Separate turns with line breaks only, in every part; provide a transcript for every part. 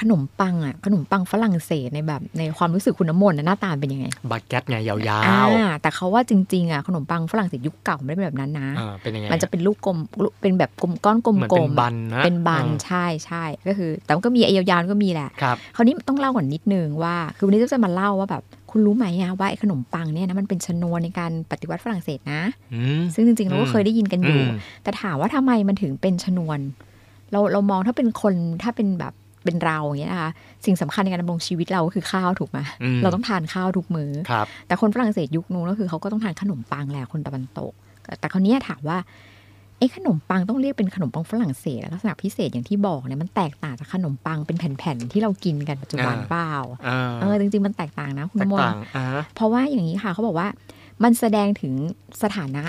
ขนมปังอ่ะขนมปังฝรั่งเศสในแบบในความรู้สึกคุณน้ำมนต์น่ะหน้าตาเป็นยังไง
บักแก๊ตไงยา
อ่าว แต่เขาว่าจริงๆอ่ะขนมปังฝรั่งเศสยุคเก่าไม่ได้เป็นแบบนั้นนะ
ๆอ่าเป็นยังไง
มันจะเป็นลูกกลมลูกเป็นแบบกลมก้อนกลม
เหมือนเป็นบันนะ
เป็นบัน
อ่า
ใช่ใช่ก็คือ แต่มันก็มีไอ้ยาวๆก็มีแหละ
ครับ
คราวนี้ต้องเล่าก่อนนิดนึงว่า คือวันนี้จะมาเล่าว่าแบบคุณรู้ไหมอะว่าไอ้ขนมปังเนี่ยนะมันเป็นชนวนในการปฏิวัติฝรั่งเศสนะ
อืม
ซึ่งจริงๆเราก็
อืม
เคยได้ยินกันอ
อื
ยู่
ม
แต่ถามว่าทำไมมันถึงเป็นชนวน เราเรามองถ้าเป็นคนถ้าเป็นแบบเป็นเราอย่างเงี้ยนะคะสิ่งสำคัญในการดำรงชีวิตเราก็คือข้าวถูกไหม
อืม
เราต้องทานข้าวทุกมือ้อ
ครับ
แต่คนฝรั่งเศสยุคนู้นก็คือเขาก็ต้องทานขนมปังแหละคนตะวันตก แต่คราวเนี้ยถามว่าไอ้ขนมปังต้องเรียกเป็นขนมปังฝรั่งเศสลักษณะพิเศษอย่างที่บอกเนี่ยมันแตกต่างจากขนมปังเป็นแผ่นๆที่เรากินกันปัจจุบัน
อ่า
เปล่า
อ่า
เออจริงๆมันแตกต่างนะคุณ
แตก
มน
ต่า
ต์
งอ่าฮะ
เพราะว่าอย่างนี้ค่ะเขาบอกว่ามันแสดงถึงสถานะ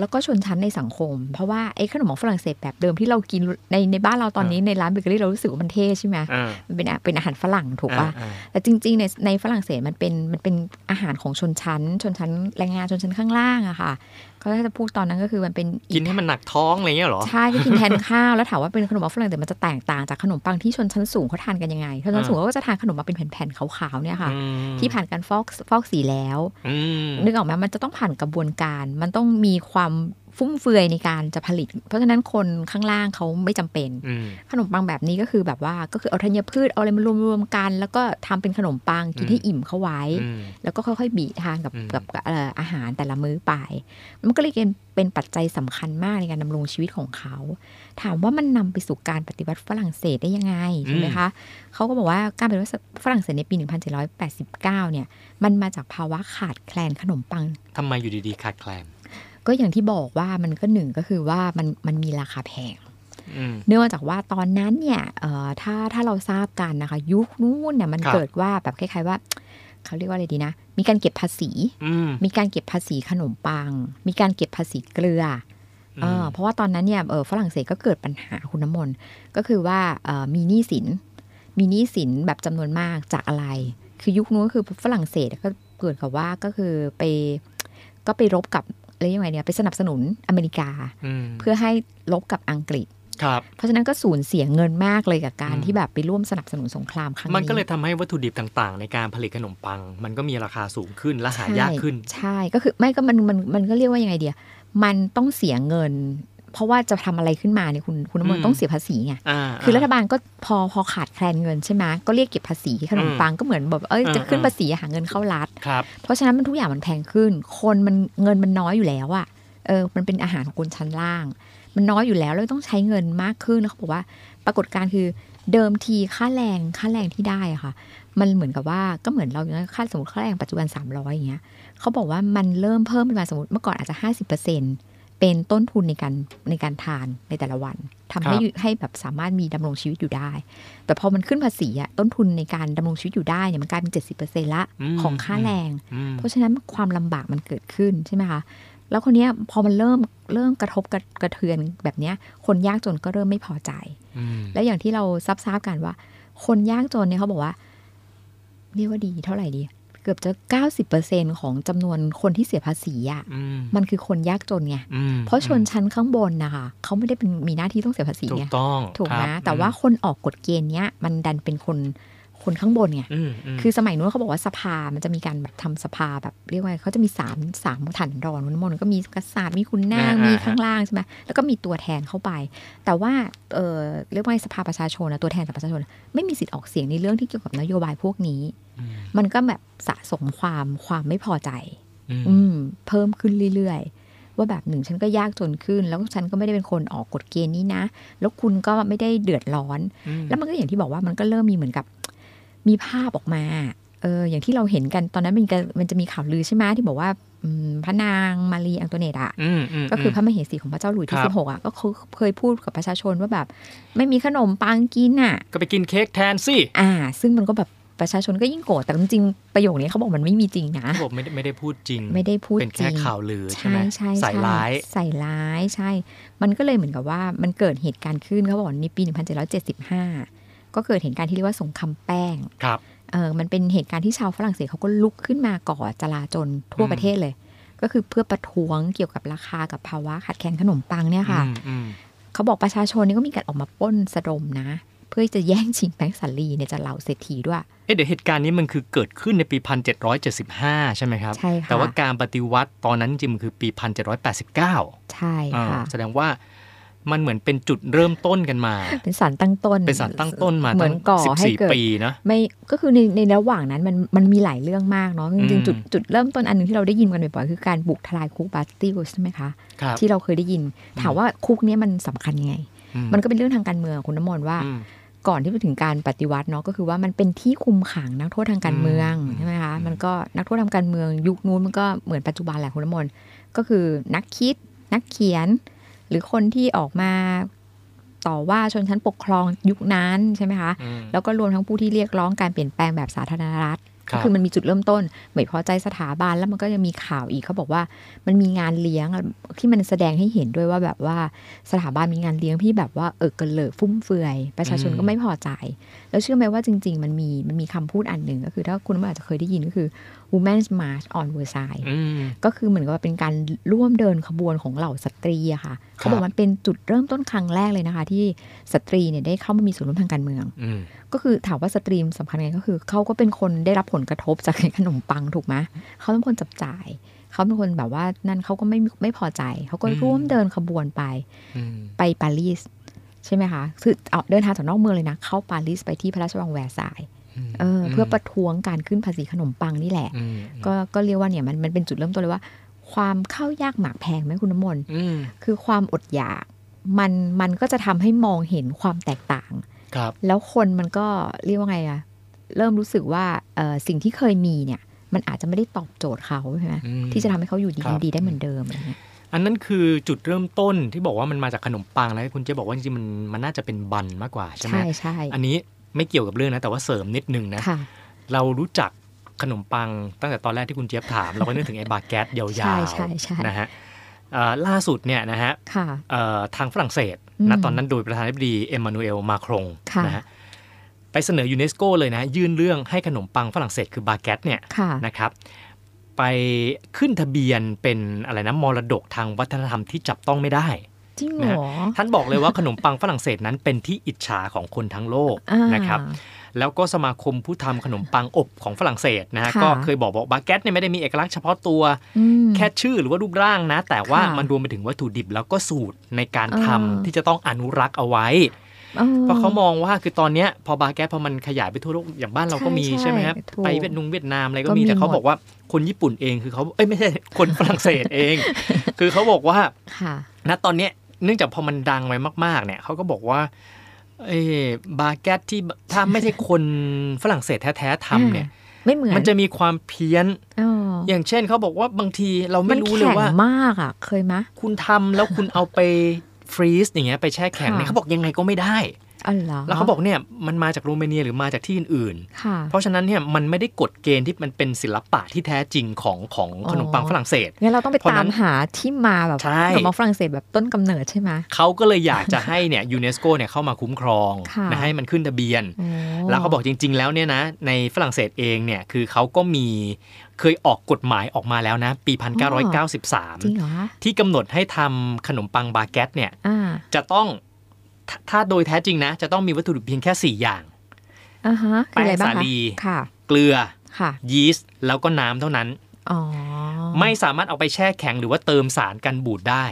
แล้วก็ชนชั้นในสังคม เพราะว่าไอ้ขนมของฝรั่งเศสแบบเดิมที่เรากินในในบ้านเราตอนนี้ในร้านเบเกอรี่เรารู้สึกว่ามันเท่ใช่ไหม
อ่า
มันเป็นอาเป็นอาหารฝรั่งถูก
อ่า
ปะ
อ่า
แต่จริงๆในในฝรั่งเศสมันเป็นมันเป็นอาหารของชนชั้น ชนชั้นแรงงานชนชั้นข้างล่างอะค่ะเขาถ้าจะพูดตอนนั้นก็คือมันเป็น
กินให้มันหนักท้องอะไรเงี้ยเหรอ
ใช่ก็กินแทนข้าวแล้วถามว่าเป็นขนมของฝรั่งเศสมันจะแตกต่างจากขนมปังที่ชนชั้นสูงเขาทานกันยังไงชนชั้นสูงเขาก็จะทานขนมมาเป็นแผ่นๆขาวๆเนี่ยค่ะ
อืม
ที่ผ่านการฟอกฟอกสีแล้ว
อืม
นึกออกไหมมันจะต้องผ่านกระบวนการ มันต้องมีความฟุ่มเฟือยในการจะผลิต เพราะฉะนั้นคนข้างล่างเขาไม่จำเป็น
อืม
ขนมปังแบบนี้ก็คือแบบว่าก็คือเอาธัญพืชเอาอะไรมารวมรวมๆกัน แล้วก็ทำเป็นขนมปังกิน
อืม
ให้อิ่มเข้าไว้
อืม
แล้วก็ค่อยๆบีทานกับ
อืม
กับเอ่ออาหารแต่ละมื้อไป มันก็เลยเป็นเป็นปัจจัยสำคัญมากในการดำรงชีวิตของเขา ถามว่ามันนำไปสู่การปฏิวัติฝรั่งเศสได้ยังไงใช่ไหมคะเขาก็บอกว่าการปฏิวัติฝรั่งเศสในปี 1789 เนี่ย มันมาจากภาวะขาดแคลนขนมปัง
ทำไมอยู่ดีๆขาดแคลน
ก็อย่างที่บอกว่ามันก็หนึ่งก็คือว่ามันมันมีราคาแพง
อืม
เนื่องจากว่าตอนนั้นเนี่ยเอ่อถ้าถ้าเราทราบกันนะคะ ยุคนู้นเนี่ยมัน
ครับ
เกิดว่าแบบคล้ายๆว่า เขาเรียกว่าอะไรดีนะ มีการเก็บภาษี
อืม
มีการเก็บภาษีขนมปัง มีการเก็บภาษีเกลืออเออเพราะว่าตอนนั้นเนี่ยเออฝรั่งเศสก็เกิดปัญหาคุณน้ำมนต์ก็คือว่าเอ่อมีหนี้สิน มีหนี้สินแบบจำนวนมากจากอะไร คือยุคนู้นก็คือฝรั่งเศสก็เกิดกับว่าก็คือไปก็ไปรบกับเรียกยังไงเนี่ยไปสนับสนุนอเมริกา
อืม
เพื่อให้รบกับอังกฤษ
ครับ
เพราะฉะนั้นก็สูญเสียเงินมากเลยกับการ
อืม
ที่แบบไปร่วมสนับสนุนสงครามครั้งนี้
มันก็เลยทำให้วัตถุดิบต่างๆ ในการผลิตขนมปัง มันก็มีราคาสูงขึ้นและหายากขึ้น
ใช่ ก็คือไม่ก็มันมันมันก็เรียกว่ายังไงเดียมันต้องเสียเงิน เพราะว่าจะทำอะไรขึ้นมาเนี่ยคุณคุณน้ำมน
อื
ต์
ม
ต้องเสียภาษีไง
อ่า
คือรัฐบาลก็พอพอขาดแคลนเงินใช่ไหมก็เรียกเก็บภาษีขนมปังก็เหมือนแบบเอ้ย
อ่า
จะขึ้น
อ่า
ภาษีหาเงินเข้ารัฐ
ครับ
เพราะฉะนั้นมันทุกอย่างมันแพงขึ้น คนมันเงินมันน้อยอยู่แล้วอะเออ มันเป็นอาหารของคนชั้นล่าง มันน้อยอยู่แล้วแล้วต้องใช้เงินมากขึ้นแล้วเขาบอกว่า ปรากฏการณ์คือเดิมทีค่าแรงค่าแรงที่ได้อะค่ะ มันเหมือนกับว่าก็เหมือนเราอย่างนั้นค่าสมมติค่าแรงปัจจุบัน 300อย่างเงี้ยเขาบอกว่ามันเริ่มเพิ่มเป็นมาสมมติเมื่อก่อนอาจจะ 50%เป็นต้นทุนในการในการทานในแต่ละวันทำให้
ครับ
อยู่ให้แบบสามารถมีดำรงชีวิตอยู่ได้ แต่พอมันขึ้นภาษีอะต้นทุนในการดำรงชีวิตอยู่ได้เนี่ยมันกลายเป็น70%ละ
ม
ของค่าแรง
อืม
เพราะฉะนั้นความลำบากมันเกิดขึ้นใช่ไหมคะ แล้วคนเนี้ยพอมันเริ่มเริ่มกระทบกระกระเทือนแบบเนี้ย คนยากจนก็เริ่มไม่พอใจ
อืม
และอย่างที่เราทราบทราบกันว่า คนยากจนเนี่ยเขาบอกว่า เรียกว่าดีเท่าไหร่ดี เกือบจะ 90%ของจำนวนคนที่เสียภาษีอะ
อืม
มันคือคนยากจนไง
อืม
เพราะชนชั้นข้างบนนะคะเขาไม่ได้เป็นมีหน้าที่ต้องเสียภาษี
ถู
ไง
กต้อง
ถูก
ค
ไหม
รับ
แต่ว่าคนออกกฎเกณฑ์เนี้ยมันดันเป็นคนคนข้างบนไง
อืมม
คือสมัยนู้นเขาบอกว่าสภา มันจะมีการแบบทำสภาแบบเรียกว่าเขาจะมีสามสามฐานรอนมันมันก็มีกษัตริย์มีคุณนาง มีข้างล่างใช่ไหมแล้วก็มีตัวแทนเข้าไป แต่ว่าเออเรียกว่าสภาประชาชนนะตัวแทนจากประชาชน ไม่มีสิทธิ์ออกเสียงในเรื่องที่เกี่ยวกับนโยบายพวกนี้
ม
มันก็แบบสะสมความความไม่พอใจ
อืม
อืมเพิ่มขึ้นเรื่อยๆ ว่าแบบหนึ่งฉันก็ยากจนขึ้น แล้วฉันก็ไม่ได้เป็นคนออกกฎเกณฑ์นี้นะ แล้วคุณก็ไม่ได้เดือดร้อน
อืม
แล้วมันก็อย่างที่บอกว่ามันก็เริ่มมีเหมือนกับ มีภาพออกมาเอออย่างที่เราเห็นกันตอนนั้นมันก็มันจะมีข่าวลือใช่ไหมที่บอกว่าอืมพระนางมารีอังโตเนตอะ
อืมม
ก็คือพระมเหสีของพระเจ้าหลุยส์ที่
ครับ
สิบหกอะก็เคยเคยพูดกับประชาชนว่าแบบ ไม่มีขนมปังกินอะ
ก็ไปกินเค้กแทนสิ
อ่า ซึ่งมันก็แบบป ประชาชนก็ยิ่งโกรธแต่จริงๆประโยคนี้เขาบอกมันไม่มีจริงนะ
เขาบอกไม่ได้ไม่ได้พูดจริง
ไม่ได้พูดจริง
เป็นแค่ข่าวลือใช่ไหม
ใช่
สาย
ใช่
ร้าย
ใส่ร้ายใช่ มันก็เลยเหมือนกับว่ามันเกิดเหตุการณ์ขึ้นเขาบอกในปี 1775 ก็เกิดเหตุการณ์ที่เรียกว่าสงครามแป้ง
ครับ
เออมันเป็นเหตุการณ์ที่ชาวฝรั่งเศสเขาก็ลุกขึ้นมาก่อจลาจลทั่วประเทศเลย ก็คือเพื่อประท้วงเกี่ยวกับราคากับภาวะขาดแคลนขนมปังเนี่ยค่ะ
อืมอืม
เขาบอกประชาชนนี่ก็มีการออกมาปล้นสะดมนะ เพื่อจะแย่งชิงแบงก์สันลีเนี่ยจะเหล่าเศรษฐีด้วย
เอ๊ะเดี๋ยวเหตุการณ์นี้มันคือเกิดขึ้นในปี 1775 ใช่ไหมครับ
ใช่ค่ะ
แต่ว่าการปฏิวัติตอนนั้นจริงๆมันคือปี 1789
ใช่
อ่า
ค่ะ
แสดงว่ามันเหมือนเป็นจุดเริ่มต้นกันมา
เป็นสารตั้งต้น
เป็นสารตั้งต้นมา
เหมื
ตั้
อน
ง
ก่อให้เกิด
14 ปีนะ
ไม่ก็คือในในระหว่างนั้นมันมันมีหลายเรื่องมากเนาะจริง
อืม
ๆจุดจุดเริ่มต้นอันหนึงที่เราได้ยินกันบ่อยๆคือการบุกทลายคุกบาสติลใช่ไหมคะ
ครับ
ที่เราเคยได้ยิน ถามว่าคุกเนี้ยมันสำคัญยังไง
อื
มันก็เป็นเรื่องทางการเมืองคุณน้ำมนต์ว่า
อืม
ก่อนที่จะถึงการปฏิวัติเนาะก็คือว่ามันเป็นที่คุมขังนักโทษทางการเมือง
อืม
ใช่ไหมคะ
อืม
มันก็นักโทษทางการเมือง ยุคนู้นมันก็เหมือนปัจจุบันแหละคุณน้ำมนต์ก็คือนักคิด นักเขียน หรือคนที่ออกมาต่อว่าชนชั้นปกครองยุคนั้นใช่ไหมคะ
อืม
แล้วก็รวมทั้งผู้ที่เรียกร้องการเปลี่ยนแปลงแบบสาธารณรัฐ
รับ
คือมันมีจุดเริ่มต้นไม่พอใจสถาบันแล้วมันก็ยังมีข่าวอีกเขาบอกว่า มันมีงานเลี้ยงอะที่มันแสดงให้เห็นด้วยว่าแบบว่าสถาบันมีงานเลี้ยงที่แบบว่าเออเกันเหลิกฟุ่มเฟือย ประชาชน
อืม
ก็ไม่พอใจ แล้วเชื่อไหมว่าจริง ๆ มันมีมันมีคำพูดอันหนึ่งก็คือถ้าคุณอาจจะเคยได้ยินก็คือ Women's March on Versailles
อืม
ก็คือเหมือนกับว่าเป็นการร่วมเดินขบวนของเหล่าสตรีอะค่ะเขาบอกมันเป็นจุดเริ่มต้นครั้งแรกเลยนะคะ ที่สตรีเนี่ยได้เข้ามามีส่วนร่วมทางการเมือง
อืม
ก็คือถามว่าสตรีมสำคัญไงก็คือเขาก็เป็นคนได้รับผลกระทบจากขนมปังถูกไหมเขาเป็นคนจับจ่าย เขาเป็นคนแบบว่านั่นเขาก็ไม่ไม่พอใจ เขาก็ร่วมเดินขบวนไป
อืม
ไปปารีสใช่ไหมคะคือเอาเดินทางจากนอกเมืองเลยนะ เข้าปารีสไปที่พระราชวังแวร์ซายน์เอออเพื่อประท้วงการขึ้นภาษีขนมปังนี่แหละ
อืม
ก็ก็เรียกว่าเนี่ยมันมันเป็นจุดเริ่มต้นเลยว่า ความข้าวยากหมากแพงไหมคุณน้ำมนต์
อืม
คือความอดอยากมันมันก็จะทำให้มองเห็นความแตกต่าง
ครับ
แล้วคนมันก็เรียกว่าไงอะเริ่มรู้สึกว่าเอ่อสิ่งที่เคยมีเนี่ย มันอาจจะไม่ได้ตอบโจทย์เขาใช่ไหม
อืม
ที่จะทำให้เขาอยู่ดี
ครับ
ดีได้เหมือนเดิมอะไรเงี้ย
อันนั้นคือจุดเริ่มต้นที่บอกว่ามันมาจากขนมปังแล้วคุณเจะบอกว่าจริงๆมันมันน่าจะเป็นบันมากกว่าใช่ไหม
ใช่ใช่
อันนี้ไม่เกี่ยวกับเรื่องนะแต่ว่าเสริมนิดนึงนะ
ค่ะ
เรารู้จักขนมปังตั้งแต่ตอนแรกที่คุณเจี๊ยบถาม เราก็นึกถึงไอ้บาแกตยาว
ใช่ใช่ใช่
ๆนะฮะเอ่อล่าสุดเนี่ยนะฮะ
ค่ะ
เอ่อทางฝรั่งเศส
อืม
นะตอนนั้นโดยประธานาธิบดีเอ็มมานูเอลมาครง
ค่ะ
นะฮะไปเสนอยูเนสโกเลยนะยื่นเรื่องให้ขนมปังฝรั่งเศสคือบาแกตเนี่ย
ค่ะ
นะครับไปขึ้นทะเบียนเป็นอะไรนะมรดกทางวัฒนธรรมที่จับต้องไม่ได้
จริงเหรอ
ท่านบอกเลยว่าขนมปังฝรั่งเศสนั้นเป็นที่อิจฉาของคนทั้งโลก
อ่า
นะครับแล้วก็สมาคมผู้ทำขนมปังอบของฝรั่งเศสนะฮะ
ค่ะ
ก็เคยบอกบอกบาแกตเนี่ยไม่ได้มีเอกลักษณ์เฉพาะตัว
อืม
แค่ชื่อหรือว่ารูปร่างนะ แต่ว่า
ค่ะ
มันรวมไปถึงวัตถุดิบแล้วก็สูตรในการทำ
อ่า
ที่จะต้องอนุรักษ์เอาไว้
ออ
เพราะเขามองว่าคือตอนเนี้ยพอบาร์แก๊สพอมันขยายไปทั่วโลกอย่างบ้านเราก็มี
ใช่
ใช่ไหมครับ
ถูก
ไปเวียดนงเวียดนามอะไรก็
ก็มี
มีแต่เขา
หมด
บอกว่าคนญี่ปุ่นเองคือเขาเอ้ยไม่ใช่ คนฝรั่งเศสเอง คือเขาบอกว่า
ค่ะ
ณตอนเนี้ยเนื่องจากพอมันดังไปมาก ๆ เนี่ยเขาก็บอกว่าเออบาร์แก๊สที่ถ้าไม่ใช่คนฝรั่งเศสแท้ๆทำเนี่ย
ไม่เหมือน
มันจะมีความเพี้ยน
อ๋อ
อย่างเช่นเขาบอกว่าบางทีเรา
มั
ไม่
น
รู้เลย
แข็ง
ว่าม
ากอ่ะ เคยมะ
คุณทำแล้วคุณเอาไปฟรีซอย่างเงี้ยไปแช่แข็งเนี่ย
ค่ะ
เขาบอกยังไงก็ไม่ได้
อ๋อเหรอ
แล้วเขาบอกเนี่ยมันมาจากโรมาเนียหรือมาจากที่อื่น
ค่ะ
ๆ เพราะฉะนั้นเนี่ยมันไม่ได้กฎเกณฑ์ที่มันเป็นศิลปะที่แท้จริงของของ
อ๋อ
ขนมปังฝรั่งเศส
งั้นเราต้องไป
เพราะนั้
ตาม
น
หาที่มาแบบ
ใช่
ขนมปังฝรั่งเศสแบบต้นกำเนิดใช่ไหม
เขาก็เลยอยากจะให้เนี่ยยูเนสโกเนี่ยเข้ามาคุ้มครอง
ค่ะ
นะให้มันขึ้นทะเบียน
โอ้
แล้วเขาบอกจริง ๆ แล้วเนี่ยนะในฝรั่งเศสเองเนี่ยคือเขาก็มีเคยออกกฎหมายออกมาแล้วนะ ปี
จริง
1993
เหรอคะ
ที่กำหนดให้ทำขนมปังบาแกตเนี่ย
อ่า
จะต้องถ้าถ้าโดยแท้จริงนะ จะต้องมีวัตถุดิบเพียงแค่สี่อย่าง
อ่าฮะคืออะไรบ้าง
แป้งสา
คะ
ลี
ค่ะ
เกลือ
ค่ะ
ยีสต์แล้วก็น้ำเท่านั้น
อ๋อ
ไม่สามารถเอาไปแช่แข็งหรือว่าเติมสารกันบูดได้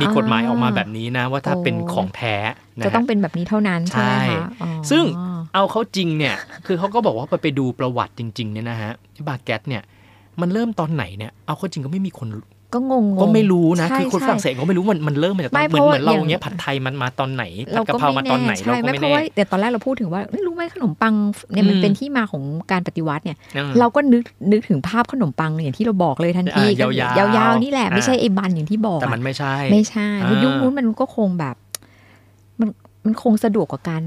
มีกฎหมายออกมาแบบนี้นะ ว่าถ้า
โอ้
เป็นของแท้นะ
จะ
ฮะ
ต้องเป็นแบบนี้เท่านั้นใช่ไหม
ใช่
คะอ๋อ
ซึ่งเอาเขาจริงเนี่ย คือเขาก็บอกว่าไปไปดูประวัติจริง ๆ เนี่ยนะฮะที่บาแกตเนี่ย มันเริ่มตอนไหนเนี่ย เอาเขาจริงก็ไม่มีคน
ก็งงๆ
ก็ไม่รู้นะ
ใช่
คือคนฝ
ใช่
รั่งเศสก็ไม่รู้มันมันเริ่มมาจากตอน
ไม่
เหมือน
เพราะ
เหมือนเรา
อย่าง
เนี้ยผัดไทยมันมาตอนไหนผั
เรา
ดกะ
ก็
เพรามาตอนไหน
แ
เราก็
ไม่
ไม่
เพราะ
แน่
ว่าเดี๋ยวตอนแรกเราพูดถึงว่าเอ้ยรู้ไหมขนมปังเนี่ยมัน
อืม
เป็นที่มาของการปฏิวัติเนี่ย
เออ
เราก็นึกนึกถึงภาพขนมปังอย่างที่เราบอกเลยทันที
อ่ายาวๆ
ยาวๆนี่แหละ
อ่า
ไม่ใช่ไอ้บันอย่างที่บอก
แต่
อะ
มันไม่ใช่
ไม่ใช่เพราะ
อ่ายุ
ยุคนู้นมันก็คงแบบ มันมันคงสะดวกกว่าการ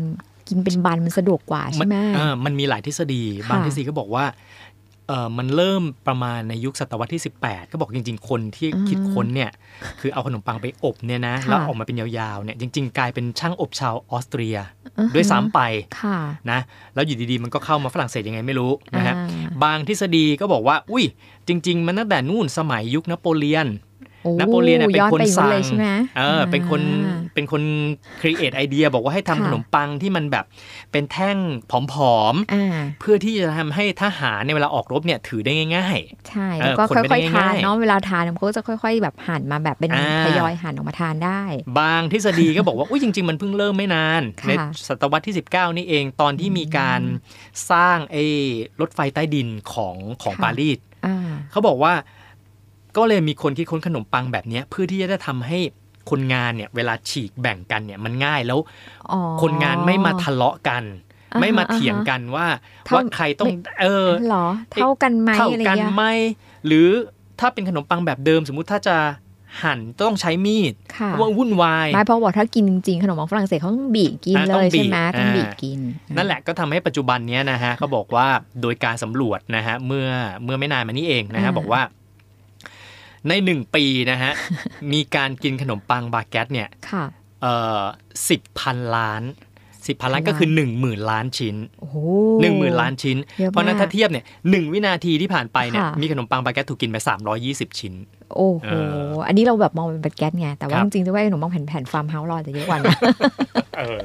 กินเป็นบันมันสะดวกกว่าใช่ไหม
นเออมันมีหลายทฤษฎี
ค่ะ
บางทฤษฎีก็บอกว่าเออมันเริ่มประมาณในยุคศตวรรษที่ 18 ก็บอกจริง ๆ คนที่คิดค้นเนี่ย คือเอาขนมปังไปอบเนี่ยนะ แล้วออกมาเป็นยาวๆเนี่ยจริง ๆ กลายเป็นช่างอบชาวออสเตรีย
อือฮึ
ด้วยซ้ำไป
ค่ะ
นะ แล้วอยู่ดีๆ มันก็เข้ามาฝรั่งเศสยังไงไม่รู้นะฮะ
อ่า
บางทฤษฎีก็บอกว่า อุ้ยจริง ๆ มันตั้งแต่นู่นสมัยยุคนโปเลียน
โอ้
นโปเลียนเนยเป็นคน
ย้อไปอีก
สั่ง
เลยใช่ไหม
เออ เป็นคน
อ่า
เป็นคนครีเอทไอเดียบอกว่าให้ทำ
ค่ะ
ขนมปังที่มันแบบเป็นแท่งผอม
อ่า
ๆ เพื่อที่จะทำให้ทหารในยเวลาออกรบเนี่ยถือได้ง่าย
ใช่
เออ
แล้วก็
คนไม่ได้
ค่อยๆทาน
ง่ายๆ
เนาะเวลาทานมันก็จะค่อย ๆ แบบหั่นมาแบบเป็น
อ่า
ทยอยหั่นออกมาทานได้
ๆ บางทฤษฎีก็บอกว่า อุ้ยจริง ๆ มันเพิ่งเริ่มไม่นาน
ค่ะ
ในศตวรรษที่ 19 นี่เองตอนที่มีการสร้างไอ้รถไฟใต้ดินของของ
ค่ะ
ปารีส
อ่า
เขาบอกว่าก็เลยมีคนคิดค้นขนมปังแบบเนี้ยเพื่อที่จะได้ทำให้คนงานเนี่ยเวลาฉีกแบ่งกันเนี่ยมันง่ายแล้ว
อ๋อ
คนงานไม่มาทะเลาะกัน
อ่าฮะ
ไม่มาเถียงกันว่า
เท่า
ว่าใครต้องเออ
เหรอ เท่ากันไหม
เท่า
อะไร
กัน
เงี้ย
ไหมหรือถ้าเป็นขนมปังแบบเดิม สมมุติถ้าจะหั่นต้องใช้มีด
ค่ะ
ว่าวุ่นวาย
ไม่เพราะว่าถ้ากินจริงๆขนมปังฝรั่งเศสเขาต้องบีบกิน
อ่า
เล
ต้อง
ย
บี
ใช่
บ
ไหมต้อง
อ่า
บีบกิน
นั่นแหละก็ทำให้ปัจจุบันเนี้ยนะฮะเขาบอกว่าโดยการสำรวจนะฮะเมื่อเมื่อไม่นานมานี้เองนะฮะ
อ่า
บอกว่า ในหนึ่งปีนะฮ ะ มีการกินขนมปังบาแกตเนี่ย
ค่ะ
เอ่อสิบพันล้านสิบพันล้านก็คือหนึ่งหมื่นล้านชิ้น
โอ้โห
หนึ่งหมื่นล้านชิ้น
ยอะมก
เพราะฉะนั้นถ้าเทียบเนี่ยหนึ่งวินาทีที่ผ่านไปเนี่ย
ค่ะ
มีขนมปังบาแกตถูกกินไป 320 ชิ้น
โอ้โห
เอออั
อันนี้เราแบบมองเป็นบัตแก๊สไง แต่
ค
ว่า
รับ
จริงๆจะว่าขนมปังแผ่นๆฟาร์มเฮาส์เราจะเยอะกว่านะ
เออ